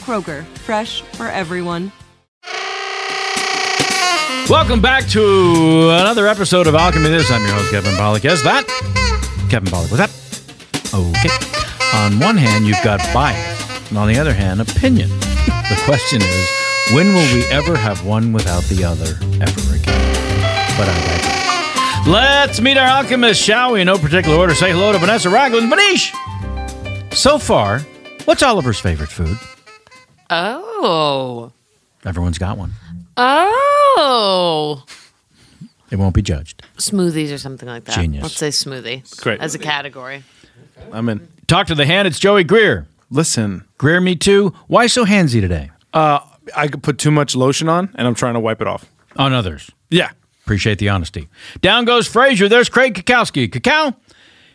Kroger, fresh for everyone. Welcome back to another episode of Alchemy This. I'm your host, Kevin Pollock. Is that Kevin Pollock? Was that okay? On one hand, you've got bias, and on the other hand, opinion. The question is, when will we ever have one without the other ever again? But I digress. Let's meet our alchemist, shall we? In no particular order. Say hello to Vanessa Ragland. Vanish. So far, what's Oliver's favorite food? Oh. Everyone's got one. Oh. It won't be judged. Smoothies or something like that. Genius. Let's say smoothie. Great. As a category. I'm in. Talk to the hand. It's Joey Greer. Listen, Greer, me too. Why so handsy today? Uh, I could put too much lotion on, and I'm trying to wipe it off. On others. Yeah. Appreciate the honesty. Down goes Frazier. There's Craig Kakowski. Kakao,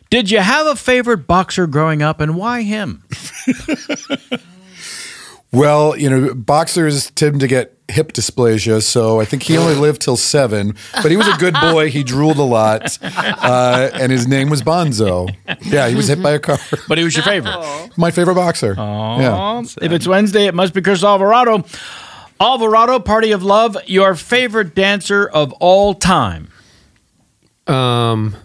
did you have a favorite boxer growing up and why him? Well, you know, boxers tend to get hip dysplasia, so I think he only lived till seven. But he was a good boy. He drooled a lot, uh, and his name was Bonzo. Yeah, he was hit by a car. But he was your favorite. My favorite boxer. Aw, If it's Wednesday, it must be Chris Alvarado. Alvarado, Party of Love, your favorite dancer of all time. Um,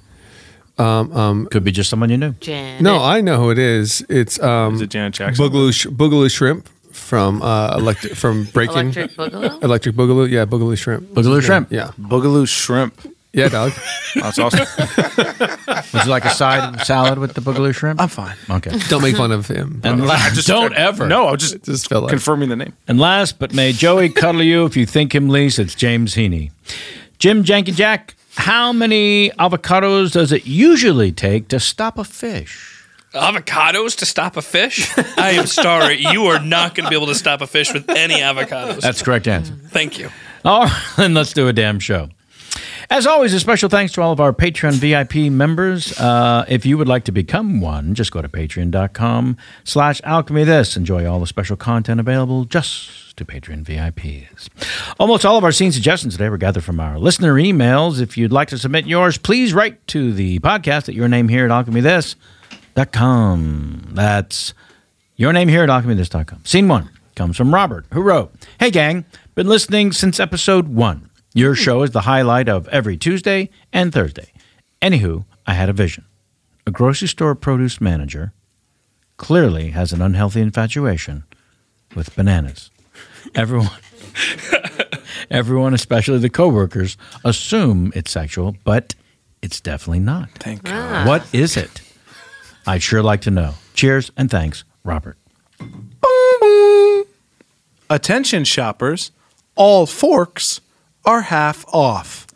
Could be just someone you knew. Janet. no, I know who it is. It's um, Is it Janet Jackson? Boogaloo, Sh- Boogaloo Shrimp from uh, electric from Breaking Electric Boogaloo. Electric Boogaloo. Yeah, Boogaloo Shrimp. Boogaloo Shrimp. Yeah, Boogaloo shrimp. Yeah, dog. That's awesome. Would you like a side salad with the boogaloo shrimp? I'm fine. Okay. Don't make fun of him. And la- don't ever. No, I was just Just felt like- confirming the name. And last but may Joey cuddle you if you think him least, it's James Heaney. Jim Janky Jack, how many avocados does it usually take to stop a fish? Avocados to stop a fish? I am sorry. You are not going to be able to stop a fish with any avocados. That's the correct answer. Thank you. All right, then let's do a damn show. As always, a special thanks to all of our Patreon VIP members. Uh, if you would like to become one, just go to patreon.com slash alchemy this. Enjoy all the special content available just to Patreon VIPs. Almost all of our scene suggestions today were gathered from our listener emails. If you'd like to submit yours, please write to the podcast at your name here at alchemythis.com. That's your name here at alchemythis.com. Scene one comes from Robert, who wrote, Hey gang, been listening since episode one. Your show is the highlight of every Tuesday and Thursday. Anywho, I had a vision. A grocery store produce manager clearly has an unhealthy infatuation with bananas. Everyone everyone, especially the coworkers, assume it's sexual, but it's definitely not. Thank Ah. God. What is it? I'd sure like to know. Cheers and thanks, Robert. Attention shoppers, all forks are half off.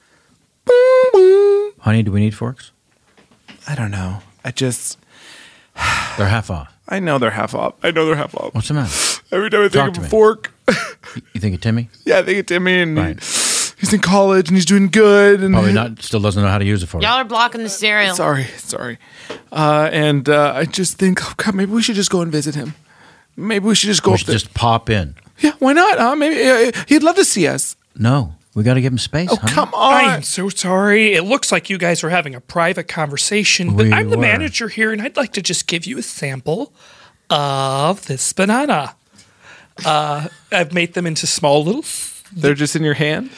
Honey, do we need forks? I don't know. I just They're half off. I know they're half off. I know they're half off. What's the matter? Every time I Talk think to of a me. fork, You think of Timmy? yeah, I think of Timmy and Right. he's in college and he's doing good and Probably not. Still doesn't know how to use a fork. Y'all are blocking the cereal. Sorry, sorry. Uh, and uh, I just think, oh God, maybe we should just go and visit him. Maybe we should just go We up should there. just pop in. yeah, why not? Huh? Maybe uh, he'd love to see us. No, we got to give him space. Oh, honey. come I on. am so sorry. It looks like you guys are having a private conversation, but We I'm the were. manager here, and I'd like to just give you a sample of this banana. Uh, I've made them into small little. They're just in your hand.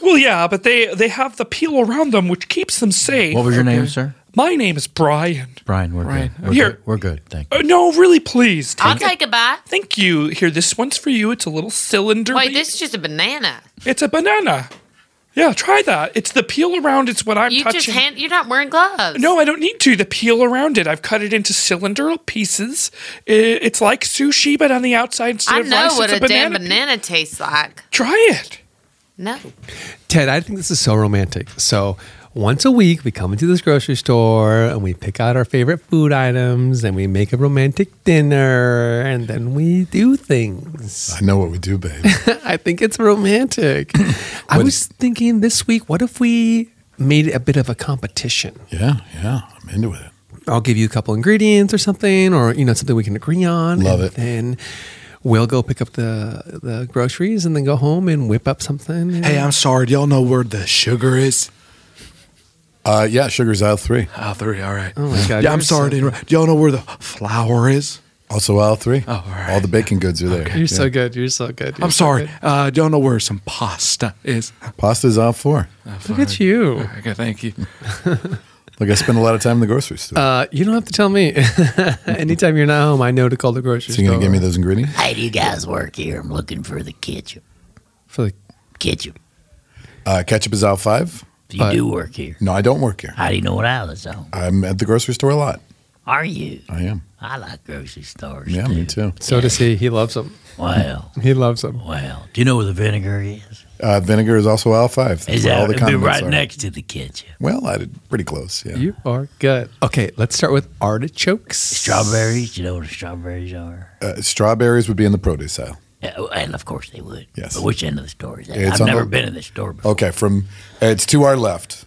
Well, yeah, but they they have the peel around them, which keeps them safe. What was your name, sir? My name is Brian. Brian. We're Brian. good. We're Here. good. We're good. Thank you. Uh, no, really, please. I'll take a bite. Thank you. Here, this one's for you. It's a little cylinder. Wait, this is just a banana. It's a banana. Yeah, try that. It's the peel around. It's what I'm You touching. just hand. You're not wearing gloves. no, I don't need to. The peel around it. I've cut it into cylindrical pieces. I- It's like sushi, but on the outside instead I of know rice, what it's a, a banana. damn banana tastes like. Try it. No. Ted, I think this is so romantic. So once a week, we come into this grocery store and we pick out our favorite food items and we make a romantic dinner and then we do things. I know what we do, babe. I think it's romantic. I was thinking this week, what if we made it a bit of a competition? yeah, yeah, I'm into it. I'll give you a couple ingredients or something, or you know something we can agree on. Love and it. Then we'll go pick up the the groceries and then go home and whip up something. and- Hey, I'm sorry. Do y'all know where the sugar is? Uh, yeah, sugar's aisle three. Aisle three. All right. Oh my God, Yeah, I'm you're sorry. so- to interrupt. Do y'all know where the flour is? Also aisle three. Oh, all right. All the baking goods are there. you're so good. You're so good. You're I'm so sorry. good. Uh, do y'all know where some pasta is? Pasta's aisle four. Look at you. Okay, thank you. Like I spend a lot of time in the grocery store. Uh, you don't have to tell me. Anytime you're not home, I know to call the grocery so store. you gonna give me those ingredients? Hey, do you guys work here? I'm looking for the kitchen. for the Kitchen. Uh, ketchup is aisle five. If you But- do work here, No, I don't work here. how do you know what I was on? I'm at the grocery store a lot. Are you? I am. I like grocery stores. Yeah, too. me too. so does he. He loves them. Well, He loves them. well. Do you know where the vinegar is? Uh, vinegar is also aisle five. That's Is where all that the it'd be condiments right are. next to the kitchen? Well, I did pretty close. Yeah. You are good. Okay, let's start with artichokes. Strawberries. Do you know where the strawberries are? Uh, strawberries would be in the produce aisle. Yeah, oh, And of course they would. Yes. But which end of the store is that? It's I've on never the- been in this store before. Okay, from uh, it's to our left.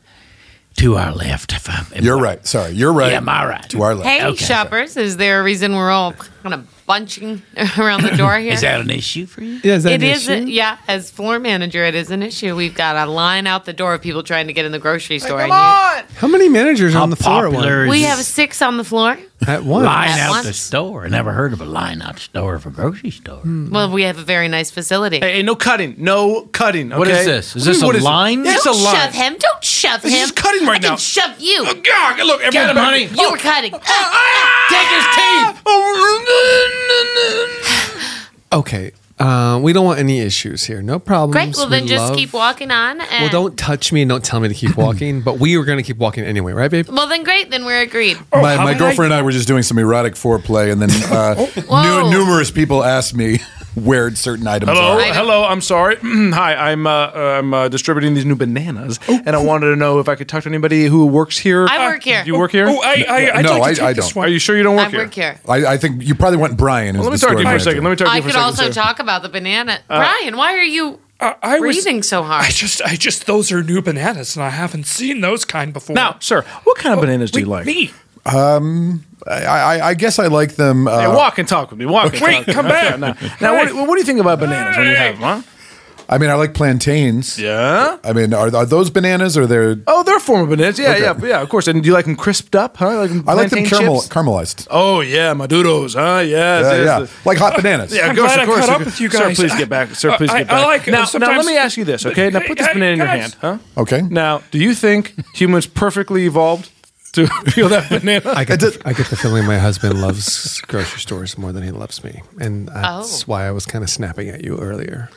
To our left, if I'm. if You're I'm- right. Sorry, you're right. Yeah, am I right? To our left. Hey, Okay. shoppers, is there a reason we're all kind of bunching around the door here? Is that an issue for you? Yeah, is that It an is, issue? a- yeah. As floor manager, it is an issue. We've got a line out the door of people trying to get in the grocery store. and you- How many managers How on the floor at, popular one, is we this have six on the floor. at once? line At out the once. store. I never heard of a line out store of a grocery store. Well, we have a very nice facility. Hey, hey, no cutting. No cutting. What is okay? this? Is What do you this mean, a what is it? line? It's a Don't line. shove him. Don't shove This him. is cutting right I now. can shove you. Oh, God, look, Get him, everybody- honey. You were cutting. Ah! Take his teeth. Oh, no, no, no. Okay. Uh, we don't want any issues here. No problems. Great. Well, We then just love- keep eh. walking on. And, Well, don't touch me and don't tell me to keep walking. but we were going to keep walking anyway, right, babe? Well, then great. Then we're agreed. Oh, my my girlfriend and I were just doing some erotic foreplay, and then uh, Oh, Whoa. nu- numerous people asked me where certain items Hello, are. hello. I'm sorry. Hi, I'm uh, uh, I'm uh, distributing these new bananas, Oh. and I wanted to know if I could talk to anybody who works here. Uh, I work here. You work here? Oh, I- I- I'd No, like to I- take I this don't. one. Are you sure you don't I work here? work here. I, I think you probably went Brian. Who's Well, let me the talk to you store for a manager. second. Let me talk to I you for a could second. also sir. talk about the banana. Uh, Brian, why are you uh, I was- breathing so hard? I just, I just, those are new bananas, and I haven't seen those kind before. Now, sir, what kind of bananas do you like? Me. Um, I, I, I guess I like them. Uh, Hey, walk and talk with me. Walk. and Wait, talk with come me. Okay, back. Now, now what, what do you think about bananas when you have them? Huh? I mean, I like plantains. Yeah. I mean, are, are those bananas or they're? Oh, they're a form of bananas. Yeah, Okay. yeah, yeah. Of course. And do you like them crisped up? Huh? Like I like them plantain caramel, chips? caramelized. Oh yeah, Maduros. Huh? Yes, Yeah, yes, yeah. yes. Like hot bananas. Yeah, I'm of course, glad of I course. caught of up course. with you Sir, guys. please get back. Sir, I- please I- get I back. like- now, now, let sometimes- me ask you this, okay? Now, put this Hey, banana in your guys. hand, huh? Okay. Now, do you think humans perfectly evolved to peel that banana? I get, the, I get the feeling my husband loves grocery stores more than he loves me. And that's Oh. why I was kind of snapping at you earlier.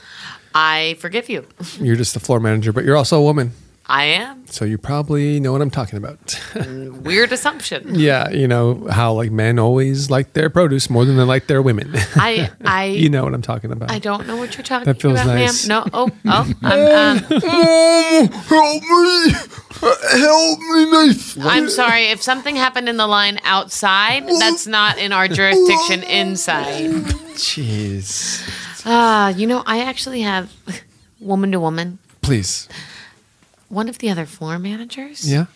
I forgive you. You're just the floor manager, but you're also a woman. I am. So you probably know what I'm talking about. Weird assumption. yeah, you know how like men always like their produce more than they like their women. I, I, you know what I'm talking about. I don't know what you're talking That feels about, nice. ma'am. No. Oh, oh. I'm, um, help me! Help me, Nathan! I'm sorry. If something happened in the line outside, that's not in our jurisdiction inside. Jeez. Ah, you know, I actually have woman to woman. Please. One of the other floor managers. Yeah. Oh.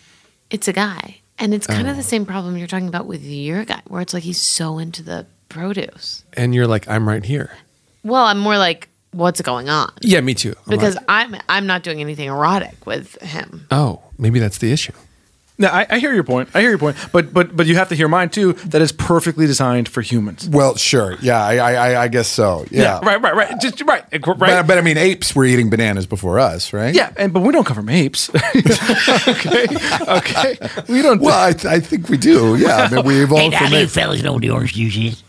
It's a guy. And it's kind of the same problem you're talking about with your guy, where it's like he's so into the produce. And you're like, I'm right here. Well, I'm more like, what's going on? Yeah, me too. I'm Because like, I'm I'm not doing anything erotic with him. oh, maybe that's the issue. No, I, I hear your point. I hear your point. But but but you have to hear mine too. That is perfectly designed for humans. Well, sure. Yeah, I, I, I- I guess so. Yeah. Right. Right. Right. Just right. Right. But, but I mean, apes were eating bananas before us, right? yeah. And but we don't come from apes. okay. Okay. We don't. Well, I, th- I think we do. Yeah. I mean, we evolved hey, from now, you apes. fellas know what the orange juice is?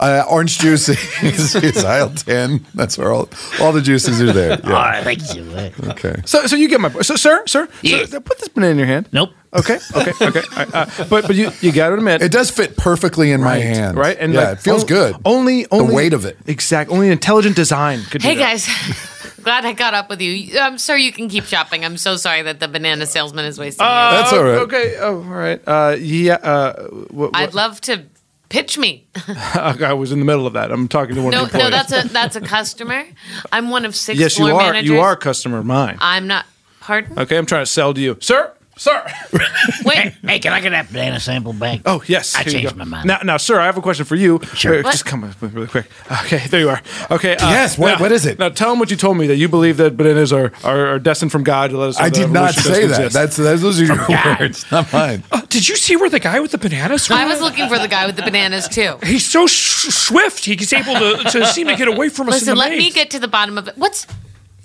Uh, orange juice is, is aisle 10. That's where all, all the juices are there. Oh, All Yeah. right, thank you so much. Okay. So, so you get my point. So, sir, sir, Yeah. sir, put this banana in your hand. Nope. Okay, okay, okay. All right, uh, but but you you got to admit It does fit perfectly in my hand. right, and yeah, like, it feels on- good. Only only weight of it. Exact. Only intelligent design could. Hey do that. guys, glad I got up with you. I'm sure you can keep shopping. I'm so sorry that the banana salesman is wasting. your Uh, time. That's all right. Okay. Oh, all right. Uh, yeah. Uh, what, I'd love to pitch me. I was in the middle of that. I'm talking to one No, of the employees. no, that's a that's a customer. I'm one of six yes, you floor Uh, are. managers. You are a customer of mine. I'm not. Pardon? Okay, I'm trying to sell to you, sir. Sir. Wait. Hey, can I get that banana sample back? Oh yes, I here you changed go. my mind. Now, now, sir, I have a question for you. Sure. Wait, just What? come with me really quick. Okay, there you are. Okay. uh, Yes, what- now- what is it? Now, tell him what you told me that you believe that bananas are are, are destined from God to let us. know I that did not evolution say doesn't that. exist. That's, that's Those are your Oh words, not mine. Uh, did you see where the guy with the bananas? I was looking for the guy with the bananas too. He's so sh- swift. He's able to, to seem to get away from us. in Listen, the let me maze. get to the bottom of it. What's?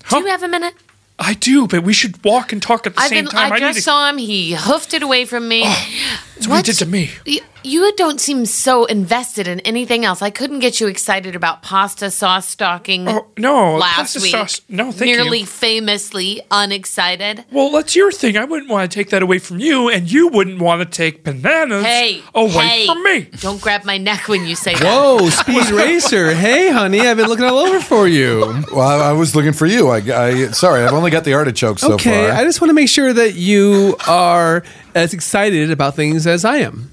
Do you have a minute? I do, but we should walk and talk at the I've same been. time. I need just to- saw him. He hoofed it away from me. That's what he did to me. Y- You don't seem so invested in anything else. I couldn't get you excited about pasta sauce stocking. Oh, no, last pasta week. sauce- no, thank you. Nearly famously unexcited. Well, that's your thing. I wouldn't want to take that away from you, and you wouldn't want to take bananas Hey, away hey, from me. Don't grab my neck when you say that. Whoa, Speed Racer. Hey, honey, I've been looking all over for you. Well, I, I was looking for you. I, I sorry, I've only got the artichoke so okay, far. I just want to make sure that you are as excited about things as I am.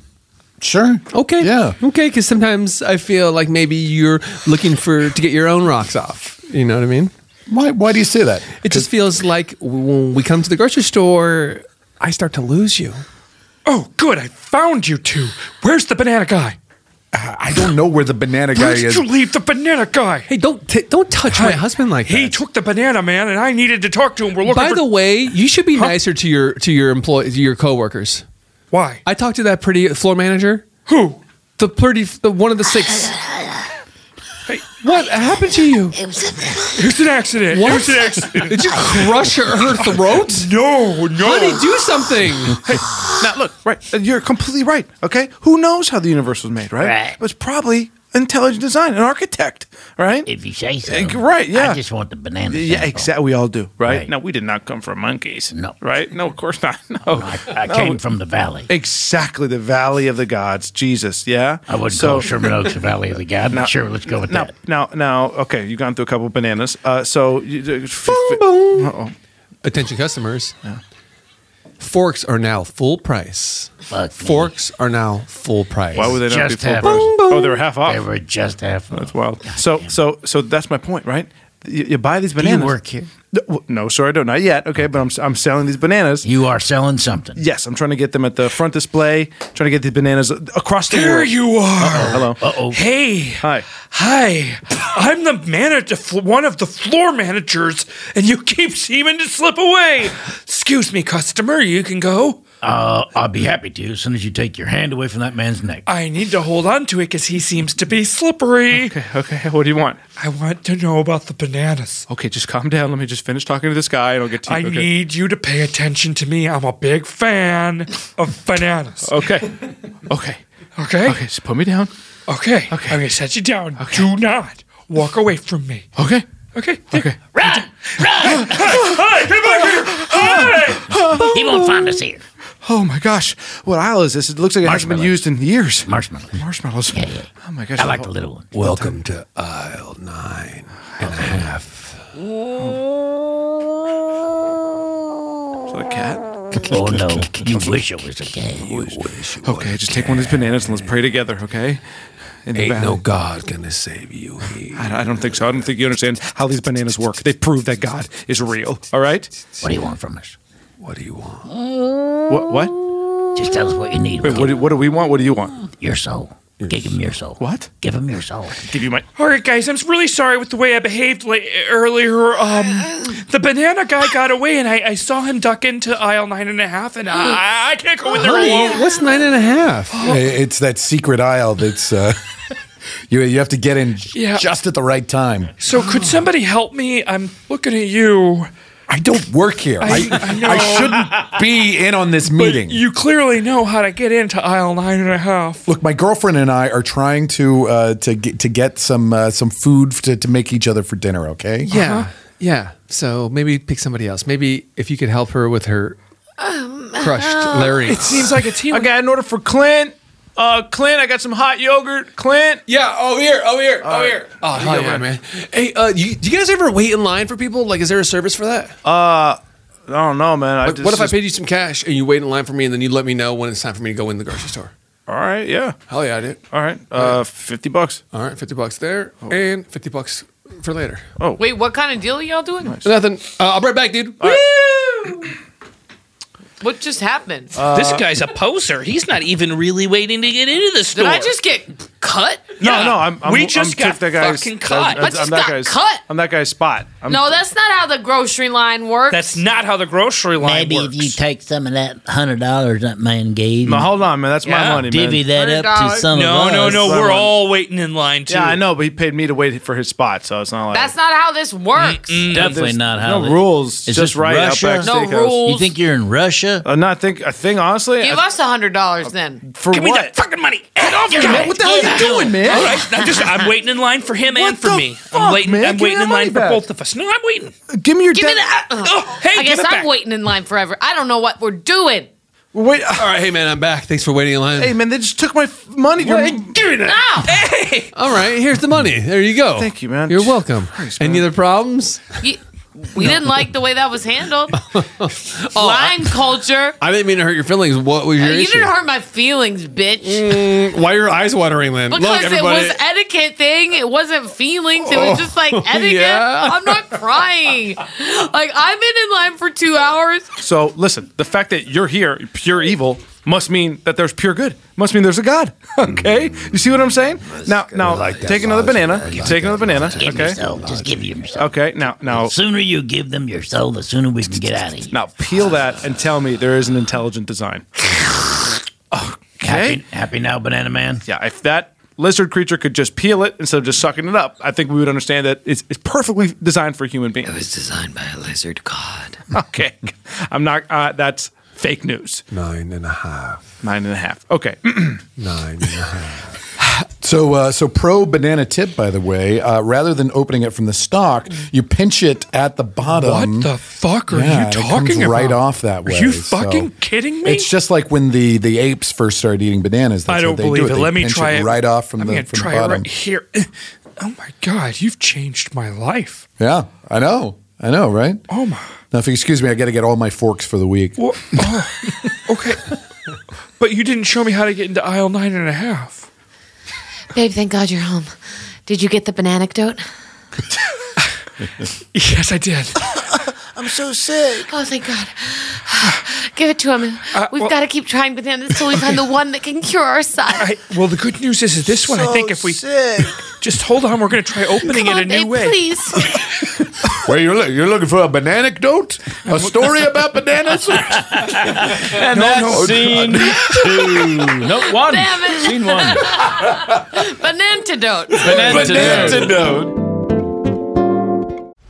sure. Okay. Yeah. Okay, because sometimes I feel like maybe you're looking for to get your own rocks off. You know what I mean? Why? Why do you say that? It just feels like when we come to the grocery store, I start to lose you. Oh, good. I found you two. Where's the banana guy? I don't know where the banana guy Where did is. you leave the banana guy? Hey, don't t- don't touch my husband like He that. took the banana man, and I needed to talk to him. We're looking By for the way, you should be nicer to your to your employees, your coworkers. why? I talked to that pretty floor manager, Who? the pretty the one of the six. what happened to you? It was an accident. It was an accident. Did you crush her, her throat? No, Honey, no. do something. Now look, right, uh, you're completely right. Okay, who knows how the universe was made, right? Right. It was probably intelligent design, an architect, right? If you say so. Right, yeah. I just want the banana. Yeah, sample. exactly. We all do, right? Right. No, we did not come from monkeys. No. Right? No, of course not. No. I, I came from the valley. Exactly, the valley of the gods. Jesus, yeah? I wouldn't call Sherman Oaks the valley of the god, but sure, let's go with now, that. Now, now, okay, you've gone through a couple of bananas. Uh, so, you, Uh-oh. Attention customers. Forks are now full price. Forks are now full price. Why would they not be full price? Oh, they were half off. They were just half off. That's wild. so, so, so that's my point, right? You, you buy these you bananas. work here? No, w- No, sorry, I don't. Not yet. Okay, but I'm, s- I'm selling these bananas. You are selling something. Yes, I'm trying to get them at the front display. Trying to get these bananas across the There world. you are. Uh-oh, hello. Uh-oh. Hey. Hi. Hi. I'm the manager, one of the floor managers, and you keep seeming to slip away. Excuse me, customer. You can go. Uh, I'll be happy to as soon as you take your hand away from that man's neck. I need to hold on to it because he seems to be slippery. Okay, okay. What do you want? I want to know about the bananas. Okay, just calm down. Let me just finish talking to this guy, and I'll get to you. I okay. need you to pay attention to me. I'm a big fan of bananas. Okay. Okay. Okay. Okay, just put me down. Okay. Okay. I'm going to set you down. Do not walk away from me. Okay. Okay. Okay. Run! Run! Hi! Get back here! Hi! He won't find us here. Oh my gosh, what aisle is this? It looks like it hasn't been used in years. Marshmallows. Marshmallows. Oh my gosh. I like the little one. Welcome to aisle nine and a half. Is that a cat? Oh no, you wish it was a cat. Okay, just take one of these bananas and let's pray together, okay? In the Ain't valley. no God gonna save you here. I I don't think so. I don't think you understand how these bananas work. They prove that God is real. All right. What do you want from us? What do you want? What? What? Just tell us what you need. Wait, what, do, what do we want? What do you want? Your soul. Give him your soul. What? Give him your soul. Give you my. All right, guys, I'm really sorry with the way I behaved late, earlier. Um, the banana guy got away, and I, I saw him duck into aisle nine and a half, and I, I can't go in there alone. What's nine and a half? Oh. It's that secret aisle that's uh, you you have to get in j- Yeah. just at the right time. So, could somebody help me? I'm looking at you. I don't work here. I, I know. I shouldn't be in on this meeting. You clearly know how to get into aisle nine and a half. Look, my girlfriend and I are trying to uh, to get, to get some uh, some food to, to make each other for dinner. Okay. Yeah, yeah. So maybe pick somebody else. Maybe if you could help her with her crushed Um, Larry. It seems like a team. I got an order for Clint. Uh, Clint, I got some hot yogurt. Clint. Yeah, over here, over here, All over right. here. Oh, hell yeah, man. Hey, uh, you, do you guys ever wait in line for people? Like, is there a service for that? Uh, I don't know, man. I Like, just, what if I paid you some cash and you wait in line for me and then you let me know when it's time for me to go in the grocery store? All right. Yeah. Hell yeah, I did. All right. Uh, fifty bucks. Oh. All right, 50 bucks there and 50 bucks for later. Wait, what kind of deal are y'all doing? Nothing. Uh, I'll be right back, dude. What just happened? Uh, this guy's a poser. He's not even really waiting to get into the store. Did I just get cut? No, Yeah. no. I'm. I'm We I'm just got took that guy's, fucking that- cut. that's- I just I'm that got guy's, cut. I'm that guy's spot. I'm, no, that's not how the grocery line works. That's not how the grocery line Maybe works. if you take some of that hundred dollars that man gave, No, and hold on, man. That's my Yeah. money, man. divvy that up to some no, of no, us. no. Hold We're on. all waiting in line too. Yeah, I know, but he paid me to wait for his spot, so it's not like That's not how this works. Definitely There's not how no it- rules. Is just this right. Russia? Outback No Steakhouse. rules. You think you're in Russia? I'm not think. I think honestly. Give I, us a hundred dollars then. for Give me what? that fucking money. Head off, Yeah, guy. man, what the hell are you doing, man? All right, I'm just I'm waiting in line for him and What for the me. fuck, I'm waiting. man? I'm Give me waiting that in money line for back. both of us. No, I'm waiting. Give me your. Give me damn- that. Oh, hey, I give guess it I'm back. waiting in line forever. I don't know what we're doing. Wait. uh, All right, hey, man, I'm back. Thanks for waiting in line. Hey, man, they just took my f- money. You're- Give me that. Hey, All right, here's the money. There you go. Thank you, man. You're welcome. Christ, Any other problems? You- we didn't like the way that was handled. Oh, uh, line culture. Oh, I didn't mean to hurt your feelings. What was your Uh, you issue? didn't hurt my feelings, bitch. Mm, why are your eyes watering, Lynn? Because Look, it everybody. was etiquette thing. It wasn't feelings. It was Oh, just like etiquette. yeah. I'm not crying. Like I've been in line for two hours. So listen, the fact that you're here, pure evil, must mean that there's pure good. Must mean there's a God. Okay, you see what I'm saying? Now, now, like that take another logic. banana. I like take another banana. Give Okay. your soul. Just give him your soul. Okay. Now, now, The sooner you give them your soul, the sooner we can get out of here. now, peel that and tell me there is an intelligent design. Happy, happy now, Banana Man. Yeah, if that lizard creature could just peel it instead of just sucking it up, I think we would understand that it's, it's perfectly designed for human beings. was designed by a lizard god. Okay, I'm not. Uh, that's fake news. Nine and a half. Nine and a half. Okay, Nine and a half. So, uh, so pro banana tip, by the way, uh, rather than opening it from the stalk, you pinch it at the bottom. What the fuck are Yeah, you it talking comes about? Right off that way. Are you so- fucking kidding me? It's just like when the, the apes first started eating bananas. That's I what don't they believe do. it. They Let me pinch try it it right off from I'm the gonna from try the it bottom. right here. Oh my god, you've changed my life. Yeah, I know, I know, right? Oh my! Now, if you excuse me, I got to get all my forks for the week. Wha- oh, okay, but you didn't show me how to get into aisle nine and a half. Babe, thank God you're home. Did you get the bananecdote? Yes, I did. I'm so sick. Oh, thank God. Give it to him. Uh, We've well- got to keep trying bananas till we find the one that can cure our son. I, well, the good news is, is this one. I So think if we just hold on, we're going to try opening Come it on, a new babe, way. Please. Where you look? You're looking for a bananecdote? A story about bananas? And No, that's no. scene two. Nope, one. Damn it. Scene one. Banantidote.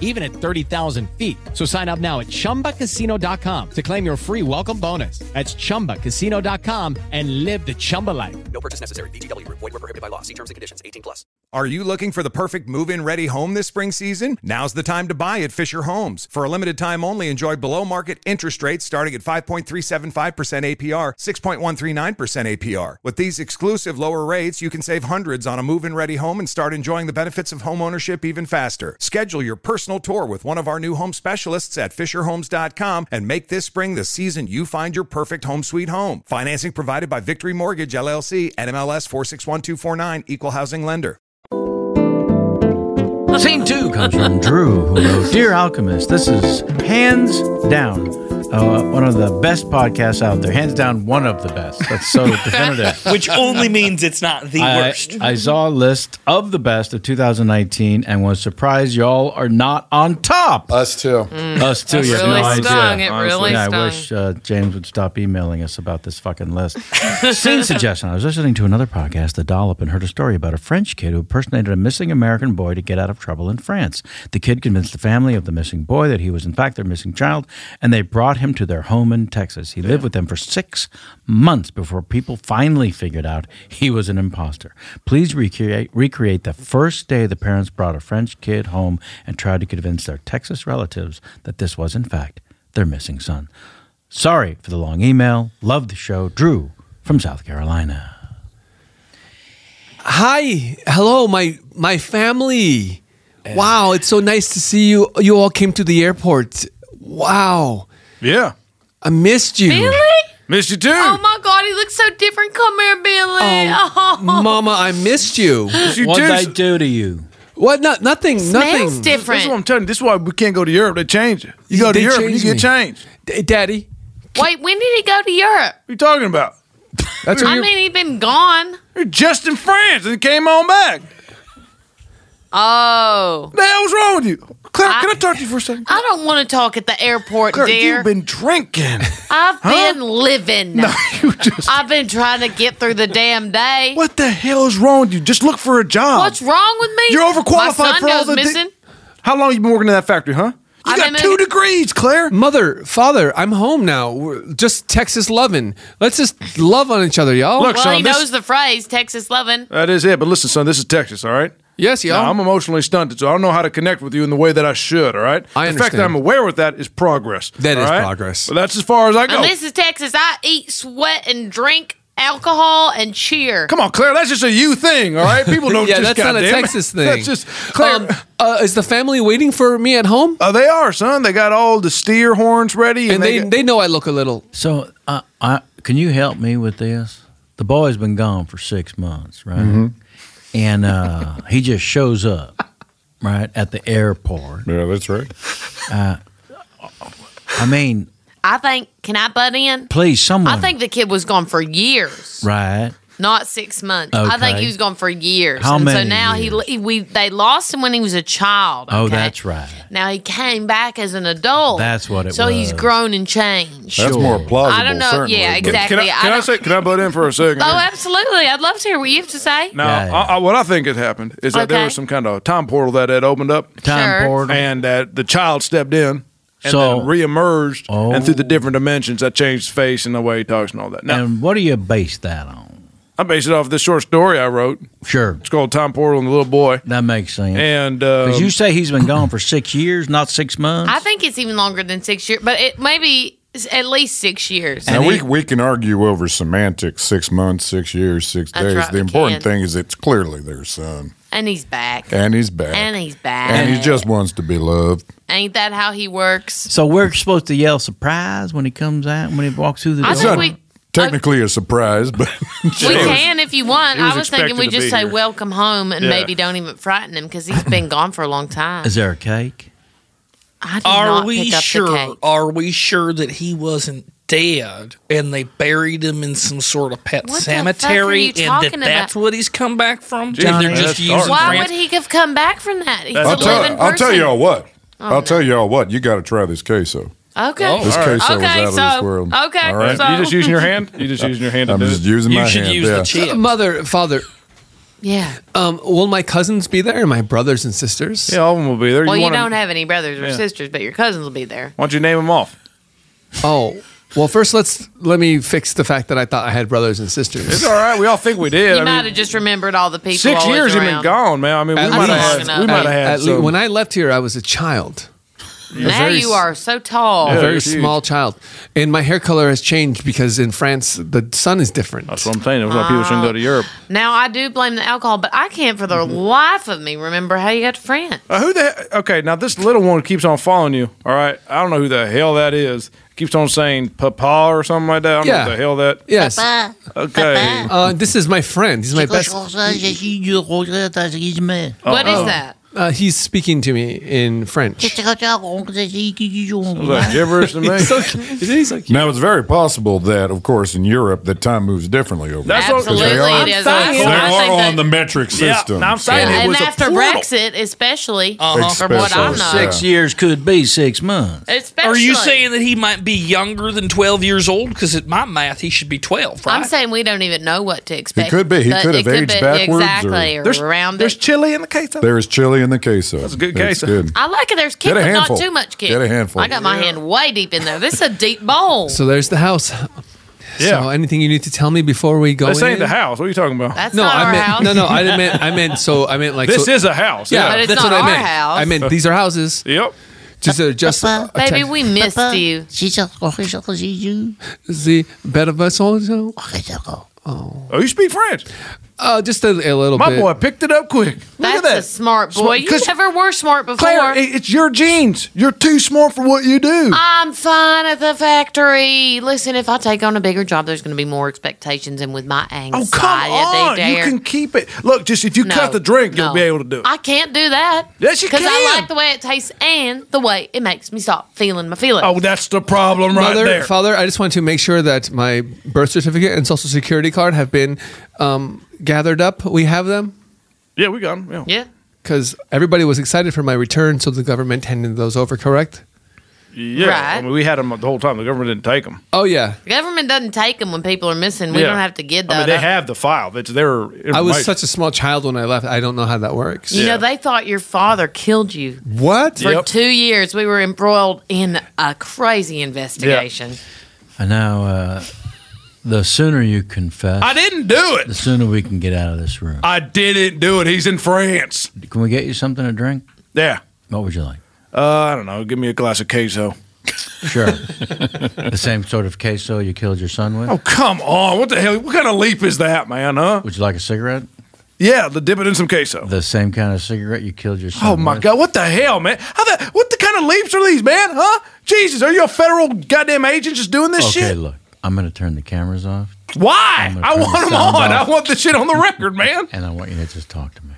even at 30,000 feet. So sign up now at chumbacasino.com to claim your free welcome bonus. That's chumbacasino.com and live the Chumba life. No purchase necessary. VGW Group. Void were prohibited by law. See terms and conditions. 18 plus. Are you looking for the perfect move in ready home this spring season? Now's the time to buy at Fisher Homes. For a limited time only, enjoy below market interest rates starting at 5.375% APR, 6.139% APR. With these exclusive lower rates, you can save hundreds on a move in ready home and start enjoying the benefits of home ownership even faster. Schedule your personal tour with one of our new home specialists at FisherHomes.com and make this spring the season you find your perfect home sweet home. Financing provided by Victory Mortgage, LLC, NMLS 461249, Equal Housing Lender. Scene two comes from Drew, who wrote Dear Alchemist, this is hands down uh, one of the best podcasts out there. Hands down, one of the best. That's so definitive. Which only means it's not the I, worst. I saw a list of the best of 2019 and was surprised y'all are not on top. Us too. Mm. Us too. It you have really no idea. stung. It really Honestly. Yeah, I stung. wish uh, James would stop emailing us about this fucking list. Scene suggestion. I was listening to another podcast, The Dollop, and heard a story about a French kid who impersonated a missing American boy to get out of trouble in France. The kid convinced the family of the missing boy that he was, in fact, their missing child, and they brought him to their home in Texas. He lived with them for six months before people finally figured out he was an imposter. Please recreate, recreate the first day the parents brought a French kid home and tried to convince their Texas relatives that this was, in fact, their missing son. Sorry for the long email. Love the show. Drew from South Carolina. Hi, hello, my my family. Wow, it's so nice to see you. You all came to the airport. Wow. Yeah. I missed you. Really? Missed you Oh my God, he looks so different. Come here, Billy. Oh, Mama, I missed you. Yes, you What'd did. I do to you? What? Not nothing. nothing. This is what I'm telling you. This is why we can't go to Europe. They change it. You go to They Europe, you changed get me. changed. Daddy. Wait, when did he go to Europe? What are you talking about? That's I mean, he'd been gone. You're just in France and came on back. Oh. The hell's wrong with you? Claire, can I talk to you for a second? I don't want to talk at the airport, Claire, dear. you've been drinking. I've Huh? been living. I've been trying to get through the damn day. What the hell is wrong with you? Just look for a job. What's wrong with me? You're overqualified My son for all goes the. thi- missing. How long you been working in that factory, huh? You I've got been two moving- degrees, Claire. Mother, father, I'm home now. We're just Texas loving. Let's just love on each other, y'all. well, he knows the phrase Texas loving. That is it. But listen, son, this is Texas, all right? Yes, y'all. I'm emotionally stunted, so I don't know how to connect with you in the way that I should, all I right? The fact understand. that I'm aware with that is progress. That That is is progress. But that's as far as I go. And this is Texas. I eat, sweat, and drink alcohol and cheer. Come on, Claire, that's just a you thing, all right? People don't yeah, just that's not a goddamn- Texas thing. That's just Claire. Um, uh, is the family waiting for me at home? Uh, they are, son. They got all the steer horns ready, and, they, they, know I look a little. So, uh, I, can you help me with this? The boy's been gone for six months, right? Mm-hmm. Mhm. And uh, he just shows up, right, at the airport. Yeah, that's right. Uh, I mean, I think. Can I butt in? please, someone. I think the kid was gone for years, Right. not six months. I think Okay. he was gone for years. How and many so now he, he we they lost him when he was a child. Oh, okay? that's right. Now he came back as an adult. That's what it so he's was. grown and changed. That's more plausible, I don't know. Yeah, Can- exactly. Can, I, can I, don't- say, can I butt in for a second? Oh, absolutely. I'd love to hear what you have to say. Now, I, I, what I think had happened is that there Okay. was some kind of time portal that had opened up. Time Sure. portal. And that the child stepped in and So- oh. then reemerged. And through the different dimensions, I changed his face and the way he talks and all that. Now, and what do you base that on? I based it off this short story I wrote. Sure. It's called Time Portal and the Little Boy. That makes sense. And Because um, you say he's been gone for six years, not six months. I think it's even longer than six years, but it maybe s- at least six years. now we, we can argue over semantics six months, six years, six That's days. right, the we important can. thing is it's clearly their son. and he's back. And he's back. And he's back. And he just wants to be Uh, loved. Ain't that how he works? So we're supposed to yell surprise when he comes out, when he walks through the I door. think we Technically a surprise, but we can if you want. he was I was thinking expected we to be just say here. welcome home and Yeah. maybe don't even frighten him because he's been gone for a long time. Is there a cake? I did Are not we pick up the sure? cake. Are we sure that he wasn't dead and they buried him in some sort of pet What the fuck are cemetery you and that talking that's about? what he's come back from? Jeez, And they're man, just that's using dark. Why France- would he have come back from that? He's I'll a living tell, I'll tell person. y'all what. Oh, I'll tell y'all what. You got to try this queso. Okay. this all right. queso was Okay, out of so- this world. okay, All right? so- You just using your hand? You just using your hand. I'm just using my hand. yeah. Mother, father. Yeah. Um, will my cousins be there and my brothers and sisters? Yeah, all of them will be there. Well, you, don't have any brothers or Yeah. sisters, but your cousins will be there. Why don't you name them off? Oh, well, first let's let me fix the fact that I thought I had brothers and sisters. It's all right. We all think we did. you I might mean, have just remembered all the people. six always years you've been around. gone, man. I mean, we At might least- have had. We might have at- had. at least- some- when I left here, I was a child. Now Very you are so tall. a very small child, and my hair color has changed because in France the sun is different. That's what I'm saying. That's why people shouldn't go Ah. to Europe. Now I do blame the alcohol, but I can't for the life of me remember how you got to France. Uh, who the he- okay? Now this little one keeps on following you. All right, I don't know who the hell that is. Keeps on saying "papa" or something like that. I don't know Yeah. who the hell that. Yes. Okay. Uh, this is my friend. He's my best. What is Oh. What is that? Uh, he's speaking to me in French. like gibberish to me. He's so- he's like, Now it's very possible that, of course, in Europe, that time moves differently over. That's there. what- 'Cause they Absolutely, are, it is. They That's what I are think on that- the metric Yeah, system. now I'm saying So- it and was a after portal. Brexit, especially Uh-huh. from what I know, Six years could be six months. especially. Are you saying that he might be younger than 12 years old? Because at my math, he should be 12, right? I'm saying we don't even know what to expect. could be. He but could it have aged be- backwards or- Exactly, or, There's- around There's it. chili in the queso. There is chili in the queso. That's a good queso. Good. I like it. There's Get kick, a but not handful. too much kick. Get a handful. I got my hand way deep in there. This is a deep bowl. So there's the house. Yeah. So anything you need to tell me before we go? This ain't in? the house. What are you talking about? That's no, not I our meant house. no, no. I didn't meant I meant so I meant like This so- is a house, Yeah, yeah. But it's that's not what I our meant. house. I meant these are houses. Yep. Just uh, just uh, Baby, attend- we missed you. the better version. Oh, you speak French? Uh, just a, a little My bit. boy picked it up quick. That's a smart boy. Smart- You 'cause- never were smart before. Claire, eh, it- it's your genes. You're too smart for what you do. I'm fine at the factory. Listen, if I take on a bigger job, there's going to be more expectations, and with my anxiety, Oh, come on. they dare. You can keep it. Look, just if you No, cut the drink, no. you'll be able to do it. I can't do that. Yes, you Because I can. like the way it tastes and the way it makes me stop feeling my feelings. Oh, that's the problem right Mother, there. father, I just want to make sure that my birth certificate and social security card have been um, gathered up. We have them yeah, we got him. Yeah. because everybody was excited for my return, so the government handed those over. Correct? Yeah. I mean, we had them the whole time. The government didn't take them. Oh yeah. The government doesn't take them when people are missing. We Yeah. don't have to get that. I mean, they up. have the file. It's their. I information. was such a small child when I left. I don't know how that works. you know, they thought your father killed you. What? For two years, we were embroiled in a crazy investigation. And now, uh, the sooner you confess, I didn't do it. The sooner we can get out of this room. I didn't do it. He's in France. Can we get you something to drink? Yeah. What would you like? Uh, I don't know. Give me a glass of queso. Sure. the same sort of queso you killed your son with. Oh, come on. What the hell? What kind of leap is that, man? Huh? Would you like a cigarette? Yeah, the dip it in some queso. The same kind of cigarette you killed your son. Oh my god, what the hell, man? How the what the kind of leaps are these, man? Huh? Jesus, are you a federal goddamn agent just doing this okay, shit? look, I'm going to turn the cameras off, Why? I'm gonna I turn the want them sound on. off. I want the shit on the record, man. and I want you to just talk to me.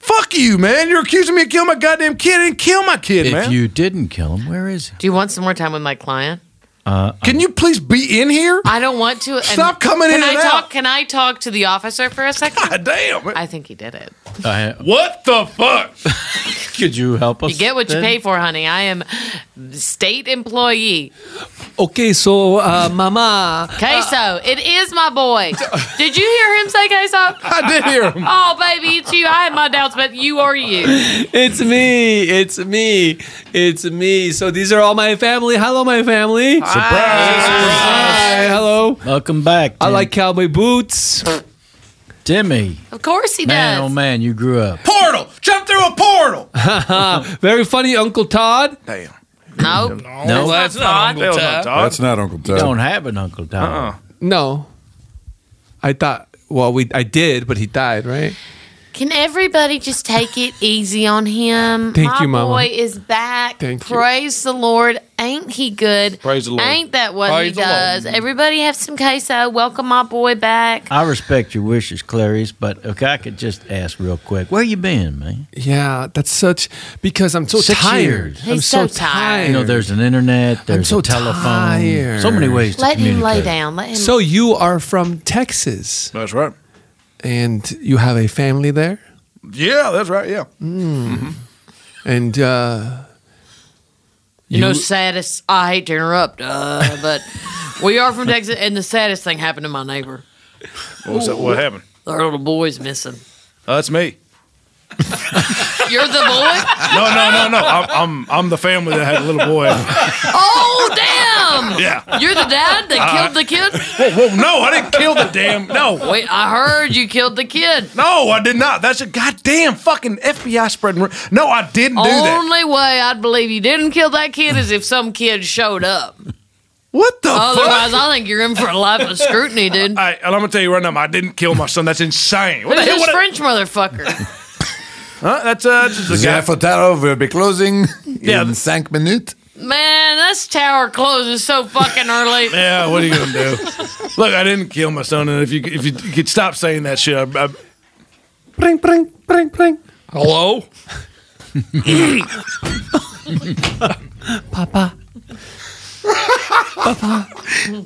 Fuck you, man. You're accusing me of killing my goddamn kid. I didn't kill my kid, if man. you didn't kill him, where is he? Do you want some more time with my client? Uh, Can you please be in here? I don't want to. and- Stop coming can in I and talk, out. Can I talk to the officer for a second? God damn. I think he did it. what the fuck? Could you help us? You get what you then? pay for, honey. I am state employee. Okay, so uh, Mama, Uh, Queso, Uh. it is my boy. Did you hear him say queso? I did hear him. Oh, baby, it's you. I had my doubts, but you are you. it's me, it's me, it's me. So these are all my family. Hello, my family. Surprise! Hi, hello. Welcome back. I like cowboy boots. Timmy. Of course he Man, does. oh man, you grew up. um, Portal! Jump through a portal! Very funny, Uncle Todd. Damn. No, No, that's not Uncle Todd. That's not Uncle You Todd. don't have an Uncle Uh-uh. Todd. No, I thought. Well, we I did, but he died, right? Can everybody just take it easy on him? Thank my you, Mama. boy is back. Thank you. Praise the Lord. Ain't he good? Praise the Lord. Ain't that what Praise he the Lord. does? Everybody have some queso. Welcome my boy back. I respect your wishes, Clarice, but if I could just ask real quick, where you been, man? Yeah, that's such because I'm so Six tired. years. I'm so, tired. You know, there's an internet, there's so a telephone, tired. so many ways. Let to him lay communicate. down. Let him. So you are from Texas. That's right. And you have a family there? Mm. Yeah, that's right. Yeah. Mm-hmm. And uh You, know, saddest. I hate to interrupt, uh, but we are from Texas, and the saddest thing happened to my neighbor. What was that? What happened? Our little boy's missing. Uh, that's me. You're the boy. No, no, no, no. I'm, I'm I'm the family that had a little boy. Oh damn! Yeah. You're the dad that Uh, killed the kid. Whoa, whoa, no, I didn't kill the damn. No. Wait, I heard you killed the kid. No, I did not. That's a goddamn fucking FBI spreading. ru- No, I didn't do that. Only way I'd believe you didn't kill that kid is if some kid showed up. What the Otherwise, fuck? I think you're in for a life of scrutiny, dude. All right, and I'm gonna tell you right now, I didn't kill my son. That's insane. What the Who's hell? this What a- French motherfucker? huh? That's uh, just a guy. The Fotaro will be closing Yeah. in cinq minutes. Man, this tower closes so fucking early. Yeah, what are you gonna do? Look, I didn't kill my son, and if you if you could stop saying that shit, I, I, Oh, pring pring pring pring. Hello? Papa. Papa.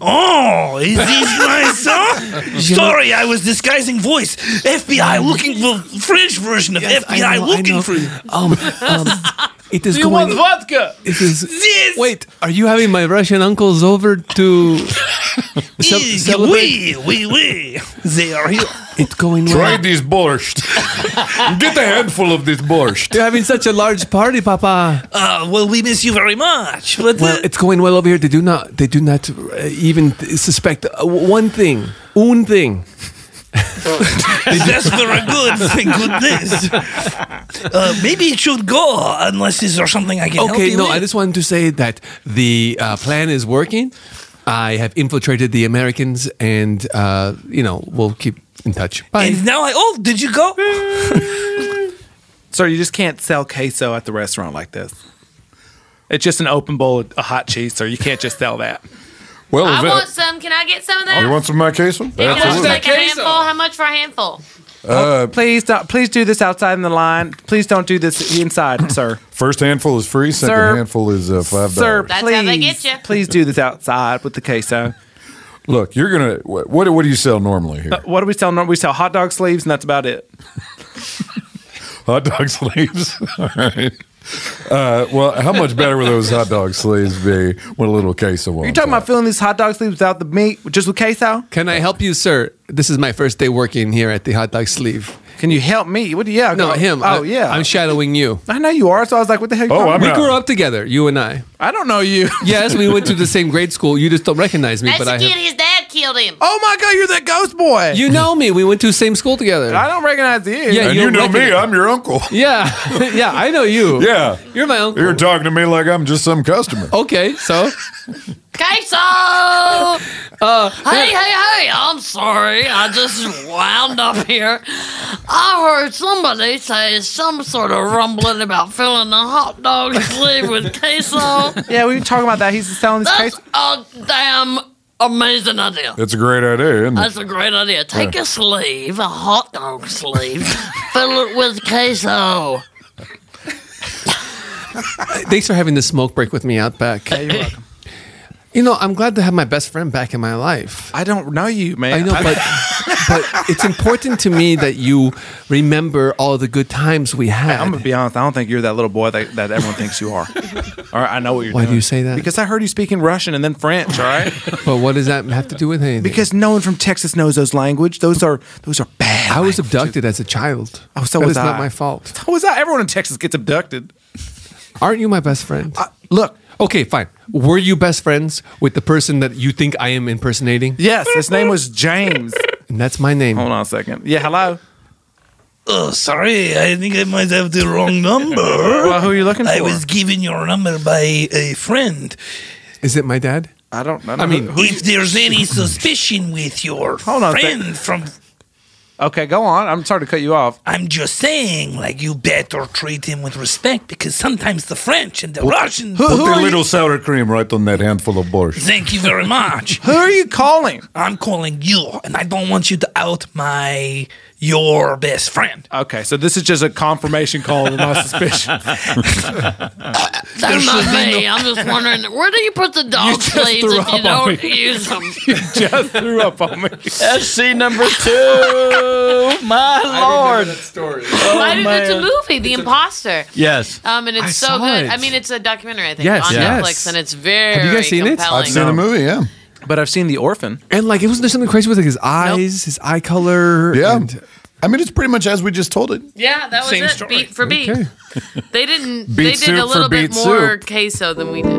Oh, is this my son? Je- Sorry, I was disguising voice. Mm-hmm. FBI looking for French version of FBI I know, I looking know. for you. Um, um, it is Do you going. want vodka? It is. Wait, are you having my Russian uncles over to? ce- We, we, we. They are here. It's going well. Try this borscht. Get a handful of this borscht. You're having such a large party, Papa. Uh, well, we miss you very much. But Well, it's going well over here. They do not. They do not uh, even suspect uh, w- one thing. One thing. That's very good. Thank goodness. Uh, maybe it should go unless is there something I can help okay, you no, with? I just wanted to say that the uh, plan is working. I have infiltrated the Americans, and uh, you know we'll keep in touch. Bye. And now I oh, did you go? Sir, you just can't sell queso at the restaurant like this. It's just an open bowl of a hot cheese, sir. You can't just sell that. Well, I want some. Can I get some of that? you want some of my queso? Yeah, can I just like a Queso. handful? How much for a handful? Uh, Oh, please don't. Please do this outside in the line. Please don't do this inside, sir. First handful is free. Second Sir. handful is uh, five Sir, dollars. That's please, how they get ya. please do this outside with the queso. Look, you're gonna. wha- What what do you sell normally here? Uh, what do we sell? We sell hot dog sleeves, and that's about it. Hot dog sleeves. All right. Uh, well, how much better would those hot dog sleeves be with a little queso Are on? you talking about filling these hot dog sleeves without the meat, just with queso? Can I help you, sir? This is my first day working here at the hot dog sleeve. Can you help me? What? do you- Yeah. No, go- him. Oh, I- yeah. I'm shadowing you. I know you are. So I was like, what the Oh, heck? we grew up together, you and I. I don't know you. Yes, we went to the same grade school. You just don't recognize me, That's but the I kid have. his dad killed him. Oh my God, you're that ghost boy. You know me. We went to the same school together. I don't recognize you. Yeah, you know me. I'm your uncle. Yeah, yeah, I know you. Yeah, you're my uncle. You're talking to me like I'm just some customer. Okay, so Queso. Uh, hey, yeah. hey, hey! I'm sorry. I just wound up here. I heard somebody say some sort of rumbling about filling a hot dog sleeve with queso. Yeah, we were talking about that. He's selling this That's queso. a damn amazing idea. It's a great idea, isn't That's it? a great idea. Take a sleeve, a hot dog sleeve, fill it with queso. thanks for having this smoke break with me out back. You know, I'm glad to have my best friend back in my life. I don't know you, man. I know, but but it's important to me that you remember all the good times we had. I'm gonna be honest. I don't think you're that little boy that, that everyone thinks you are. All right, I know what you're. Why do doing. you say that? Because I heard you speaking Russian and then French. All right. but what does that have to do with anything? because no one from Texas knows those language. Those are those are bad. I was abducted as a child. Oh, so That was is not I. my fault. So was I. Everyone in Texas gets abducted. Aren't you my best friend? look. Okay, fine. Were you best friends with the person that you think I am impersonating? Yes, his name was James. And that's my name. Hold on a second. Yeah, hello. Oh, sorry. I think I might have the wrong number. Well, who are you looking I for? was given your number by a friend. Is it my dad? I don't know. I mean, if there's any suspicion with your Hold on a sec. friend from, Okay, go on. I'm sorry to cut you off. I'm just saying, like you better treat him with respect because sometimes the French and the Russians. Put a little sour cream right on that handful of borscht. Thank you very much. Who are you calling? I'm calling you, and I don't want you to out my your best friend. Okay, so this is just a confirmation call of my suspicion. That's not me. I'm just wondering, where do you put the dog just sleeves threw if up you on don't me. use them? you just threw up on me. SC number two. My lord. story. Why did it's a movie, The Imposter. Yes. Um, and it's I so saw good. it. I mean, it's a documentary, I think, Yes, on yes. Netflix, and it's very. compelling. I've seen the movie. Yeah, but I've seen The Orphan. And like, it wasn't there something crazy with like his eyes, his eye color? Yeah. I mean, it's pretty much as we just told it. Yeah, that was Same it. story. Beat for beat. Okay. They didn't. they Beat did a soup little for bit beat more queso than we did.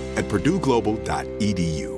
at purdueglobal.edu.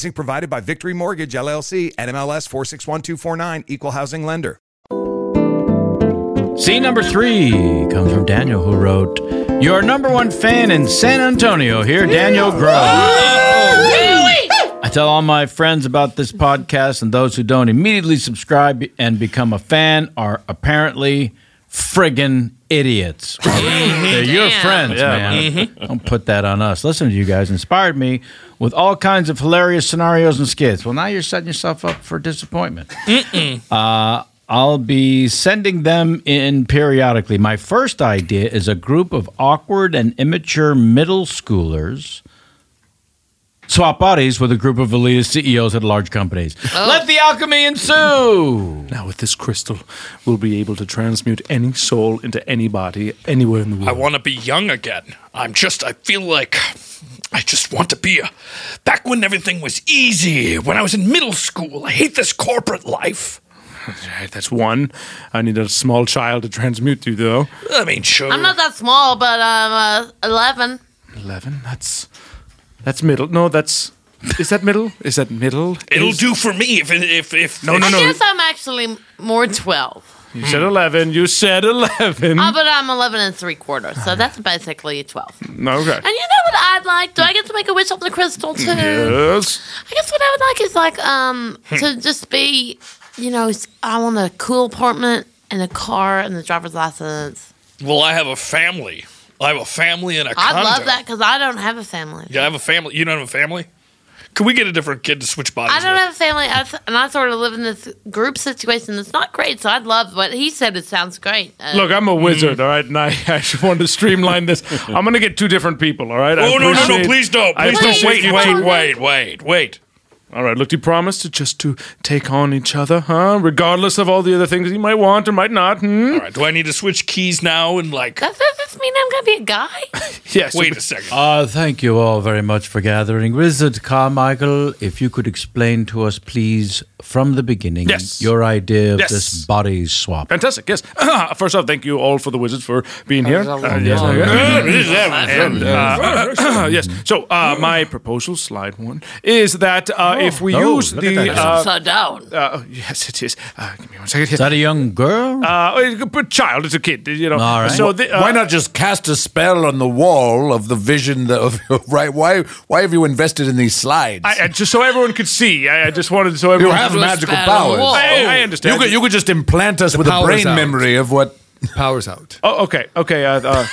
provided by Victory Mortgage, LLC, NMLS 461249, Equal Housing Lender. Scene number three comes from Daniel, who wrote, Your number one fan in San Antonio here, Daniel Ah! Groh. I tell all my friends about this podcast, and those who don't immediately subscribe and become a fan are apparently friggin' idiots. They're your Damn. friends, Yeah. man. Don't put that on us. Listen to you guys inspired me with all kinds of hilarious scenarios and skits. Well, now you're setting yourself up for disappointment. Mm. Uh, I'll be sending them in periodically. My first idea is a group of awkward and immature middle schoolers swap bodies with a group of elitist CEOs at large companies. Let the alchemy ensue. Now, with this crystal, we'll be able to transmute any soul into any body anywhere in the world. I want to be young again. I'm just, I feel like I just want to be a. Back when everything was easy, when I was in middle school, I hate this corporate life. Alright, that's one. I need a small child to transmute to, though. I mean, sure. I'm not that small, but I'm uh, 11. Eleven. That's that's middle. No, that's is that middle? Is that middle? It'll Is- do for me if, it- if, if. No, no, I no. guess I'm actually more 12. You said eleven. You said eleven. Ah, but I'm 11 and three quarters, so that's basically 12. And No, okay. you know what I'd like? Do I get to make a wish on the crystal too? Yes. I guess what I would like is like um to just be, you know, s- I want a cool apartment and a car and a driver's license. Well, I have a family. I have a family and a I'd condo. love that because I don't have a family. Yeah, I have a family. You don't have a family? Can we get a different kid to switch bodies? I don't with? have a family, I th- and I sort of live in this group situation that's not great. So I'd love what he said. It sounds great. Uh, Look, I'm a wizard, all right, and I, I just wanted to streamline this. I'm going to get two different people, all right? I Oh no no no! appreciate- Please don't! I Please don't! appreciate Wait you wait two- wait wait wait! All right, look, you promised to just to take on each other, huh? Regardless of all the other things you might want or might not. Hmm? All right, do I need to switch keys now and like? Does this mean I'm gonna be a guy? Yes. Wait a second. Uh, thank you all very much for gathering. Wizard Carmichael, if you could explain to us, please, from the beginning, Yes. your idea of Yes. this body swap. Fantastic, yes. First off, thank you all for the wizards for being here. Uh, yes, long yes. time. And, uh, yes. So uh, my proposal, slide one, is that uh, Oh. if we Oh, use look at the that. It's upside down. Uh, yes, it is. Uh, give me one second. Here. Is that a young girl? Uh, it's a p- child. It's a kid. You know. So the, uh, why not just cast a spell on the wall of the vision that, of right? Why why have you invested in these slides? I, I- just so everyone could see. I, I just wanted so you everyone have could- magical powers. I, Oh. I understand. You could, you could just implant us Oh. The with a power's brain out. memory of what powers out. Oh, okay, okay. Uh, uh,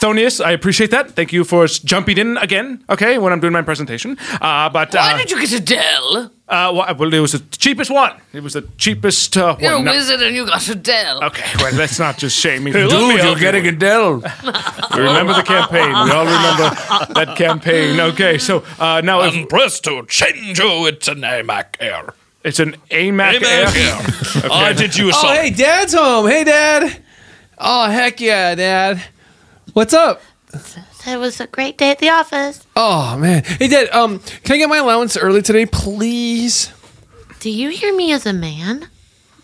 Thonius, I appreciate that. Thank you for s- jumping in again. Okay, when I'm doing my presentation. Uh, but Why uh, did you get a Dell? Uh, well, well, it was the cheapest one. It was the cheapest uh, You're one. a No. wizard and you got a Dell. Okay, well, let's not just shame me. Dude, you're getting a Dell. we remember the campaign. We all remember that campaign. Okay, so uh, now Um, if Press to change you. It's an AMAC air. it's an AMAC, AMAC air. air. I did you a Oh, song. hey, Dad's home. Hey, Dad. Oh, heck yeah, Dad. What's up? It was a great day at the office. Oh man. Hey, Dad. Um, can I get my allowance early today, please? Do you hear me as a man?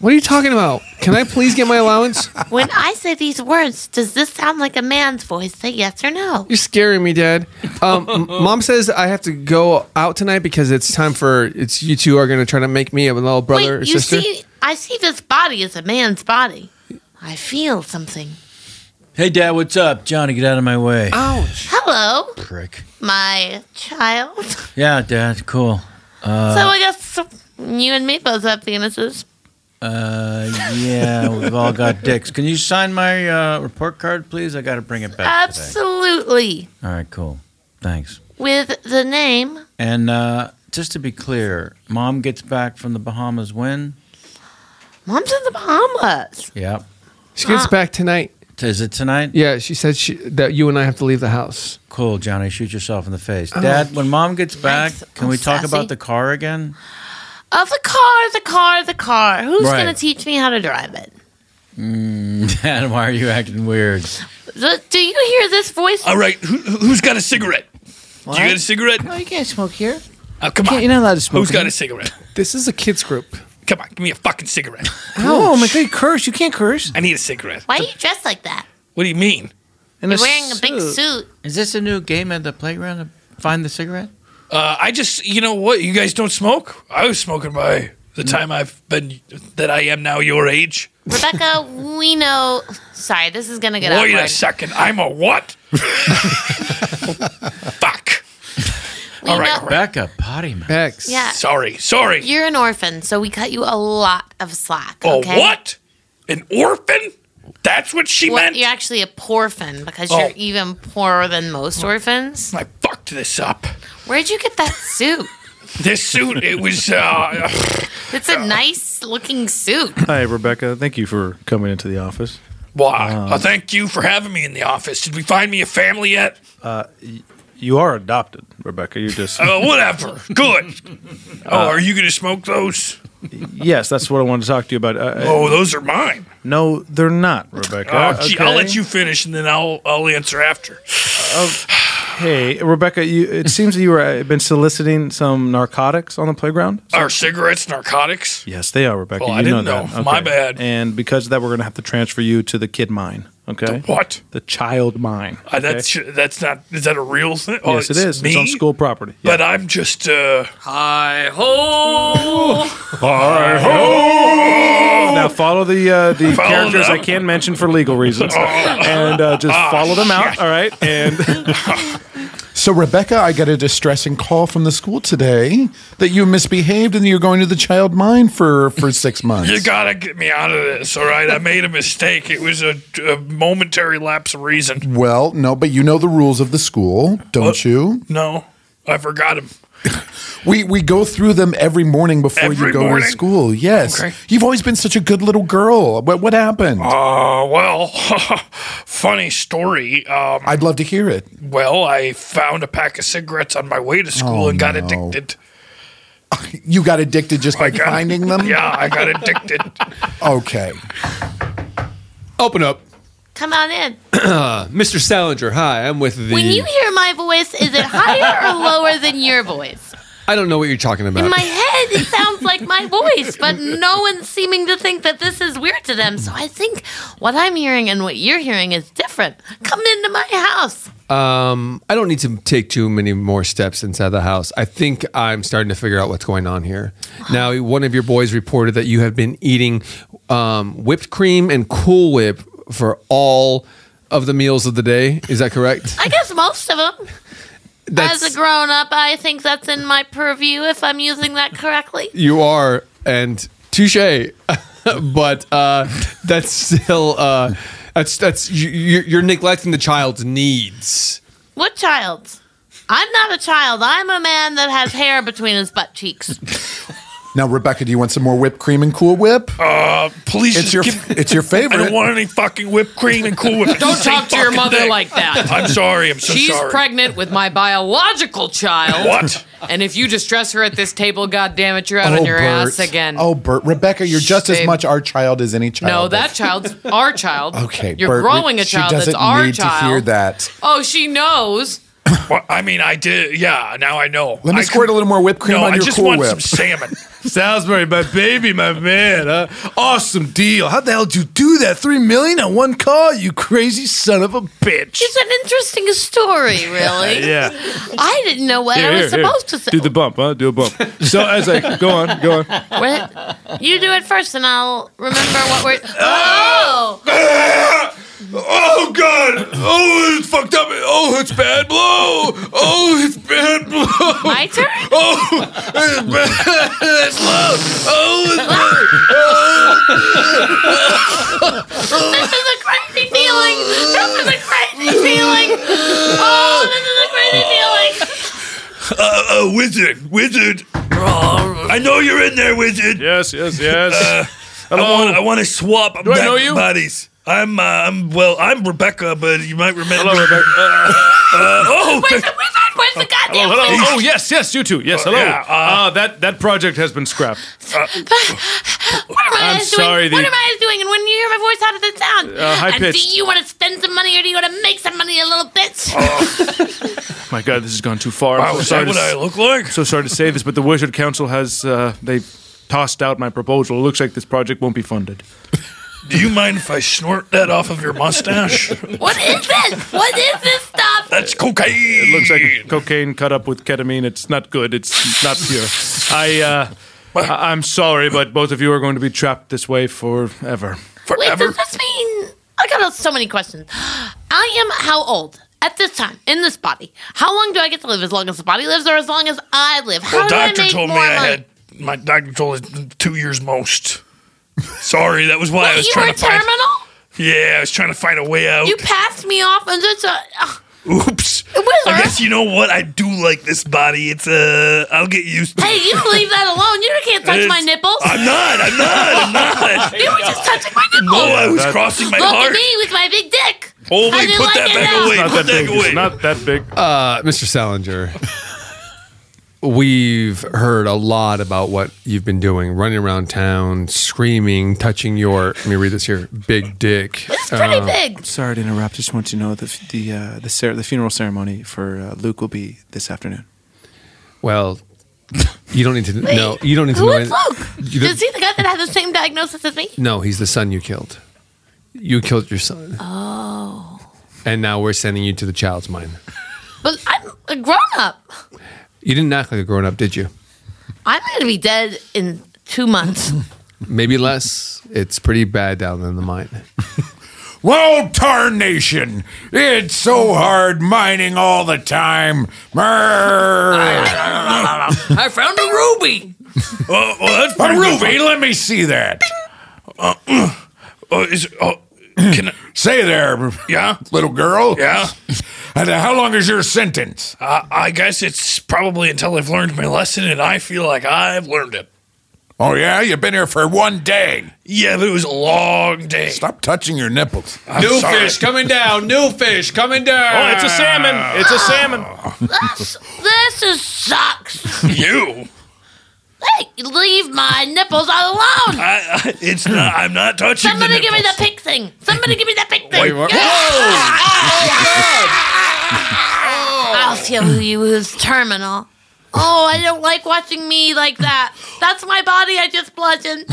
What are you talking about? Can I please get my allowance? When I say these words, does this sound like a man's voice? Say yes or no. You're scaring me, Dad. Um, m- Mom says I have to go out tonight because it's time for it's you two are gonna try to make me a little brother or Wait, you sister. see, I see this body as a man's body. I feel something. Hey, Dad, what's up? Johnny, get out of my way. Ah. Ouch. Hello, Prick. my child. Yeah, Dad, cool. Uh, so I guess you and me both have penises. Uh, yeah, we've all got dicks. Can you sign my uh, report card, please? I got to bring it back. today. Absolutely. All right, cool. Thanks. With the name And uh, just to be clear, Mom gets back from the Bahamas when? Mom's in the Bahamas. Yep. She gets Uh, back tonight. Is it tonight? Yeah, she said she, that you and I have to leave the house. Cool, Johnny. Shoot yourself in the face, Oh. Dad. When Mom gets back, can we talk sassy. about the car again? Of the car, the car, the car. Who's Right. going to teach me how to drive it? Mm, Dad, why are you acting weird? The- Do you hear this voice? All right, who, who's got a cigarette? Do you got a cigarette? No, you can't smoke here. Oh, come Can't- on. you're not allowed to smoke Who's got here. a cigarette? This is a kids group. Come on, give me a fucking cigarette. Oh, my god, curse. You can't curse. I need a cigarette. Why are you dressed like that? What do you mean? You're wearing a big suit. Is this a new game at the playground? Find the cigarette. Uh, I just, you know what? You guys don't smoke? I was smoking by the Mm. time I've been, that I am now your age. Rebecca, we know. Sorry, this is going to get out. Wait a second. I'm a what? All right, all right. Back up, potty mouth. Bex. Yeah. Sorry, sorry. You're an orphan, so we cut you a lot of slack. Oh, okay? what? An orphan? That's what she Well, meant? You're actually a porphin because Oh. you're even poorer than most orphans. I fucked this up. Where'd you get that suit? This suit, it was, uh, It's a nice looking suit. Hi, Rebecca. Thank you for coming into the office. Um, Why? uh, thank you for having me in the office. Did we find me a family yet? Uh, y- you are adopted, Rebecca. You're just. Oh, whatever. Good. Oh, Uh, are you going to smoke those? Yes, that's what I wanted to talk to you about. Uh, Oh, those are mine. No, they're not, Rebecca. oh, gee, I'll let you finish and then I'll I'll answer Uh, after. oh, Hey, Rebecca. You, it seems that you were uh, been soliciting some narcotics on the playground. Are cigarettes narcotics? Yes, they are, Rebecca. Oh, you I didn't know, know. That. My bad. And because of that, we're going to have to transfer you to the kid mine. Okay. The what? The child mine. Uh, that's that's not. Is that a real thing? Oh, yes, it is. Me? Oh, It's on school property. But I'm just. uh Hi ho! Hi ho! Now follow the uh, the characters I can mention for legal Oh. reasons, and uh, just Ah, follow them out. All right, and So, Rebecca, I got a distressing call from the school today that you misbehaved and you're going to the child mine for, for six months. You gotta get me out of this, all right? I made a mistake. It was a, a momentary lapse of reason. Well, no, but you know the rules of the school, don't Uh, you? No, I forgot him. We we go through them every morning before Every you go morning? to school. Yes, Okay. you've always been such a good little girl. What what happened? Uh, well, funny story. Um, I'd love to hear it. well, I found a pack of cigarettes on my way to school Oh, and got no. addicted. You got addicted just by finding them? Yeah, I got addicted. Okay. Open up. Come on in. Mr. Salinger, hi. I'm with the. When you hear my voice, is it higher or lower than your voice? I don't know what you're talking about. In my head, it sounds like my voice, but no one's seeming to think that this is weird to them. So I think what I'm hearing and what you're hearing is different. Come into my house. Um, I don't need to take too many more steps inside the house. I think I'm starting to figure out what's going on here. Now, one of your boys reported that you have been eating um, whipped cream and Cool Whip for all of the meals of the day. Is that correct? I guess most of them. As a grown up, I think that's in my purview if I'm using that correctly. You are, and touche. but uh, that's still uh, that's that's you, you're you're neglecting the child's needs. What child? I'm not a child. I'm a man that has hair between his butt cheeks. Now, Rebecca, do you want some more whipped cream and Cool Whip? Uh, please. It's just your give- it's your favorite. I don't want any fucking whipped cream and cool whip. Don't talk to your Fucking mother thing. like that. I'm sorry. I'm so She's sorry. pregnant with my biological child. What? And if you distress her at this table, goddammit, you're out on your ass again. Oh, Bert. Rebecca, you're just as Babe. much our child as any child. no, that child's our child. Okay, You're Bert, growing a she child doesn't that's our need child. to hear that. Oh, she knows. Well, I mean, I did. Yeah, now I know. Let me I squirt a little more whipped cream no, on I your just Cool want Whip. some salmon. Salisbury, my baby, my man. Huh? Awesome deal. How the hell did you do that? Three million on one call, you crazy son of a bitch. It's an interesting story, really. Yeah. I didn't know what I Here, was here, here. supposed to say. Do the bump, huh? Do a bump. So as I go on, go on. What? You do it first, and I'll remember what we're. Ah! Oh! Oh god! Oh, it's fucked up! Oh, it's bad blow! Oh, it's bad blow! My turn? Oh, it's bad blow! Oh, it's bad. Oh. this is a crazy feeling! This is a crazy feeling! Oh, this is a crazy feeling! Uh, uh, wizard, wizard! I know you're in there, wizard. Yes, yes, yes. Uh, I want, I want to swap. Do I know back you? Bodies. I'm, uh, I'm well. I'm Rebecca, but you might remember. Hello, Rebecca. Uh, oh, Where's the wizard? Where's the goddamn Hello, hello. wizard? Oh, yes, yes, you two. Yes, hello. Ah, uh, that that project has been scrapped. Uh, What am I I'm eyes sorry, doing? What the- am I eyes doing? And when you hear my voice, how does it sound? Uh, and high-pitched. do you want to spend some money or do you want to make some money a little bit? Oh, My God, this has gone too far. Wow, is that what I look like? So sorry to say this, but the Wizard Council has uh, they tossed out my proposal. It looks like this project won't be funded. Do you mind if I snort that off of your mustache? What is this? What is this stuff? That's cocaine. It looks like cocaine cut up with ketamine. It's not good. It's not pure. I. Uh, I- I'm sorry, but both of you are going to be trapped this way forever. Wait, does this mean I got so many questions? I am how old at this time in this body? How long do I get to live? As long as the body lives, or as long as I live? How Well, do I doctor make told me more I money? had my doctor told us two years most. Sorry, that was why I Wait, was you trying were to find. terminal. Yeah, I was trying to find a way out. You passed me off, and uh, just a, ugh, Oops. I guess you know what I do like this body. It's uh, I'll get used. to hey, you leave that alone. You can't touch my It's- nipples. I'm not. I'm not. I'm not. You were just touching my nipples. No, I was crossing my Look heart. at me with my big dick. Oh, How do you like it now? that big. It's not that big. Uh, Mr. Salinger, we've heard a lot about what you've been doing, running around town, screaming, touching your. Let me read this here. Big dick. Uh, It's pretty big. Uh, Sorry to interrupt. Just want you to know the the uh, the, cer- the funeral ceremony for uh, Luke will be this afternoon. Well, you don't need to Wait, know. You don't need to who know. is any- Luke? You don't- Is he the guy that had the same diagnosis as me? no, he's the son you killed. You killed your son, Oh, and now we're sending you to the child's mind. but I'm a grown up. You didn't act like a grown up, did you? I'm gonna be dead in two months. Maybe less. It's pretty bad down in the mine. Well, tarnation! It's so hard mining all the time. Brrr. I found a ruby. oh, that's a ruby. Let me see that. Uh, uh, oh, is oh, can I, Say there, yeah, little girl. Yeah. And How long is your sentence? Uh, I guess it's probably until I've learned my lesson, and I feel like I've learned it. Oh yeah, you've been here for one day. Yeah, but it was a long day. Stop touching your nipples. New fish coming down. New fish coming down. Oh, it's a salmon. It's a salmon. this is sucks. you. Hey, leave my nipples alone! It's not. I'm not touching. Somebody the give me nipples. that pig thing! Somebody give me that pig thing! Yeah! I'll tell you who's terminal. Oh, I don't like watching me like that. That's my body I just bludgeoned.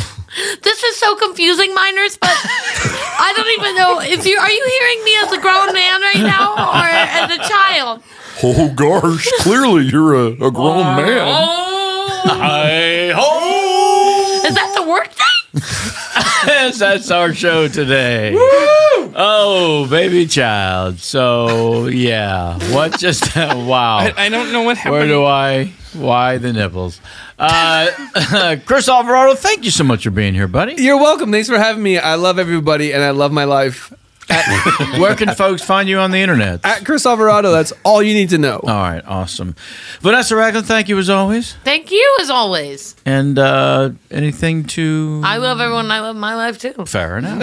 This is so confusing, minors, but I don't even know if you are you hearing me as a grown man right now or as a child? Oh gosh, clearly you're a, a grown man. Hi Is that the work yes, that's our show today. Oh, baby child. So yeah, what just? wow. I, I don't know what happened. Where do I? Why the nipples? Uh, Chris Alvarado, thank you so much for being here, buddy. You're welcome. Thanks for having me. I love everybody and I love my life. Where can folks find you on the internet? At Chris Alvarado, that's all you need to know. All right, awesome. Vanessa Ragland, thank you as always. Thank you as always. And uh, anything to I love everyone. I love my life too. fair enough.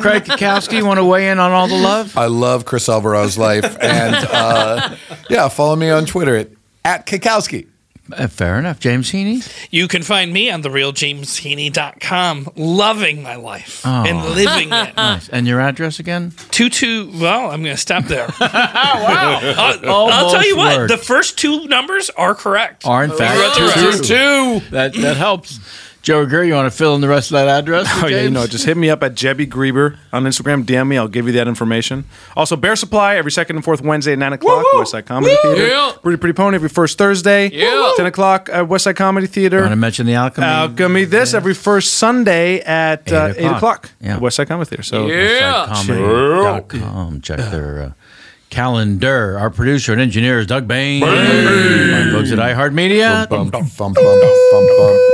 Craig Kakowski, you want to weigh in on all the love? I love Chris Alvaro's life. And uh, yeah, follow me on Twitter at, at Kakowski. Uh, fair enough. James Heaney? You can find me on the realjamesheaney.com, loving my life Oh. and living it. Nice. And your address again? Two two. Well, I'm going to stop there. wow! Uh, I'll, I'll Almost tell you what. worked. The first two numbers are correct. Are in fact Two, two, two. That that helps. Joe Greer, you want to fill in the rest of that address? Oh yeah, you know, just hit me up at Jebby Grieber on Instagram. DM me, I'll give you that information. Also, Bear Supply every second and fourth Wednesday at nine o'clock, Westside Comedy Woo! Theater. Yeah. Pretty Pretty Pony every first Thursday, Yeah. ten o'clock at Westside Comedy Theater. Want to mention the alchemy? Alchemy this every first Sunday at uh, eight o'clock. Yeah. Westside Comedy Theater. So Yeah. Comedy.com. Check their uh, calendar. Our producer and engineer is Doug Bain. Find Folks at iHeartMedia. Uh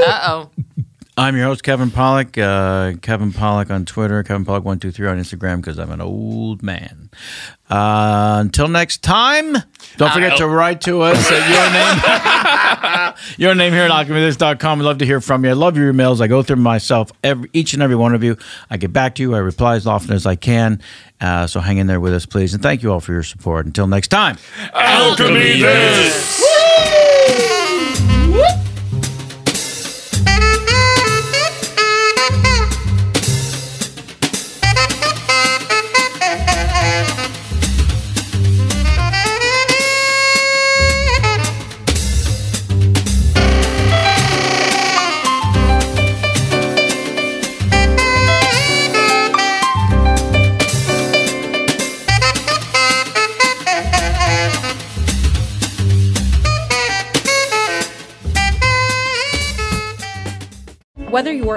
oh. I'm your host, Kevin Pollock. Uh, Kevin Pollock on Twitter, Kevin Pollock123 on Instagram because I'm an old man. Uh, until next time, don't forget to write to us at your your name here at alchemythis.com. I'd love to hear from you. I love your emails. I go through myself, every, each and every one of you. I get back to you. I reply as often as I can. Uh, so hang in there with us, please. And thank you all for your support. Until next time. Alchemy this. Whether you're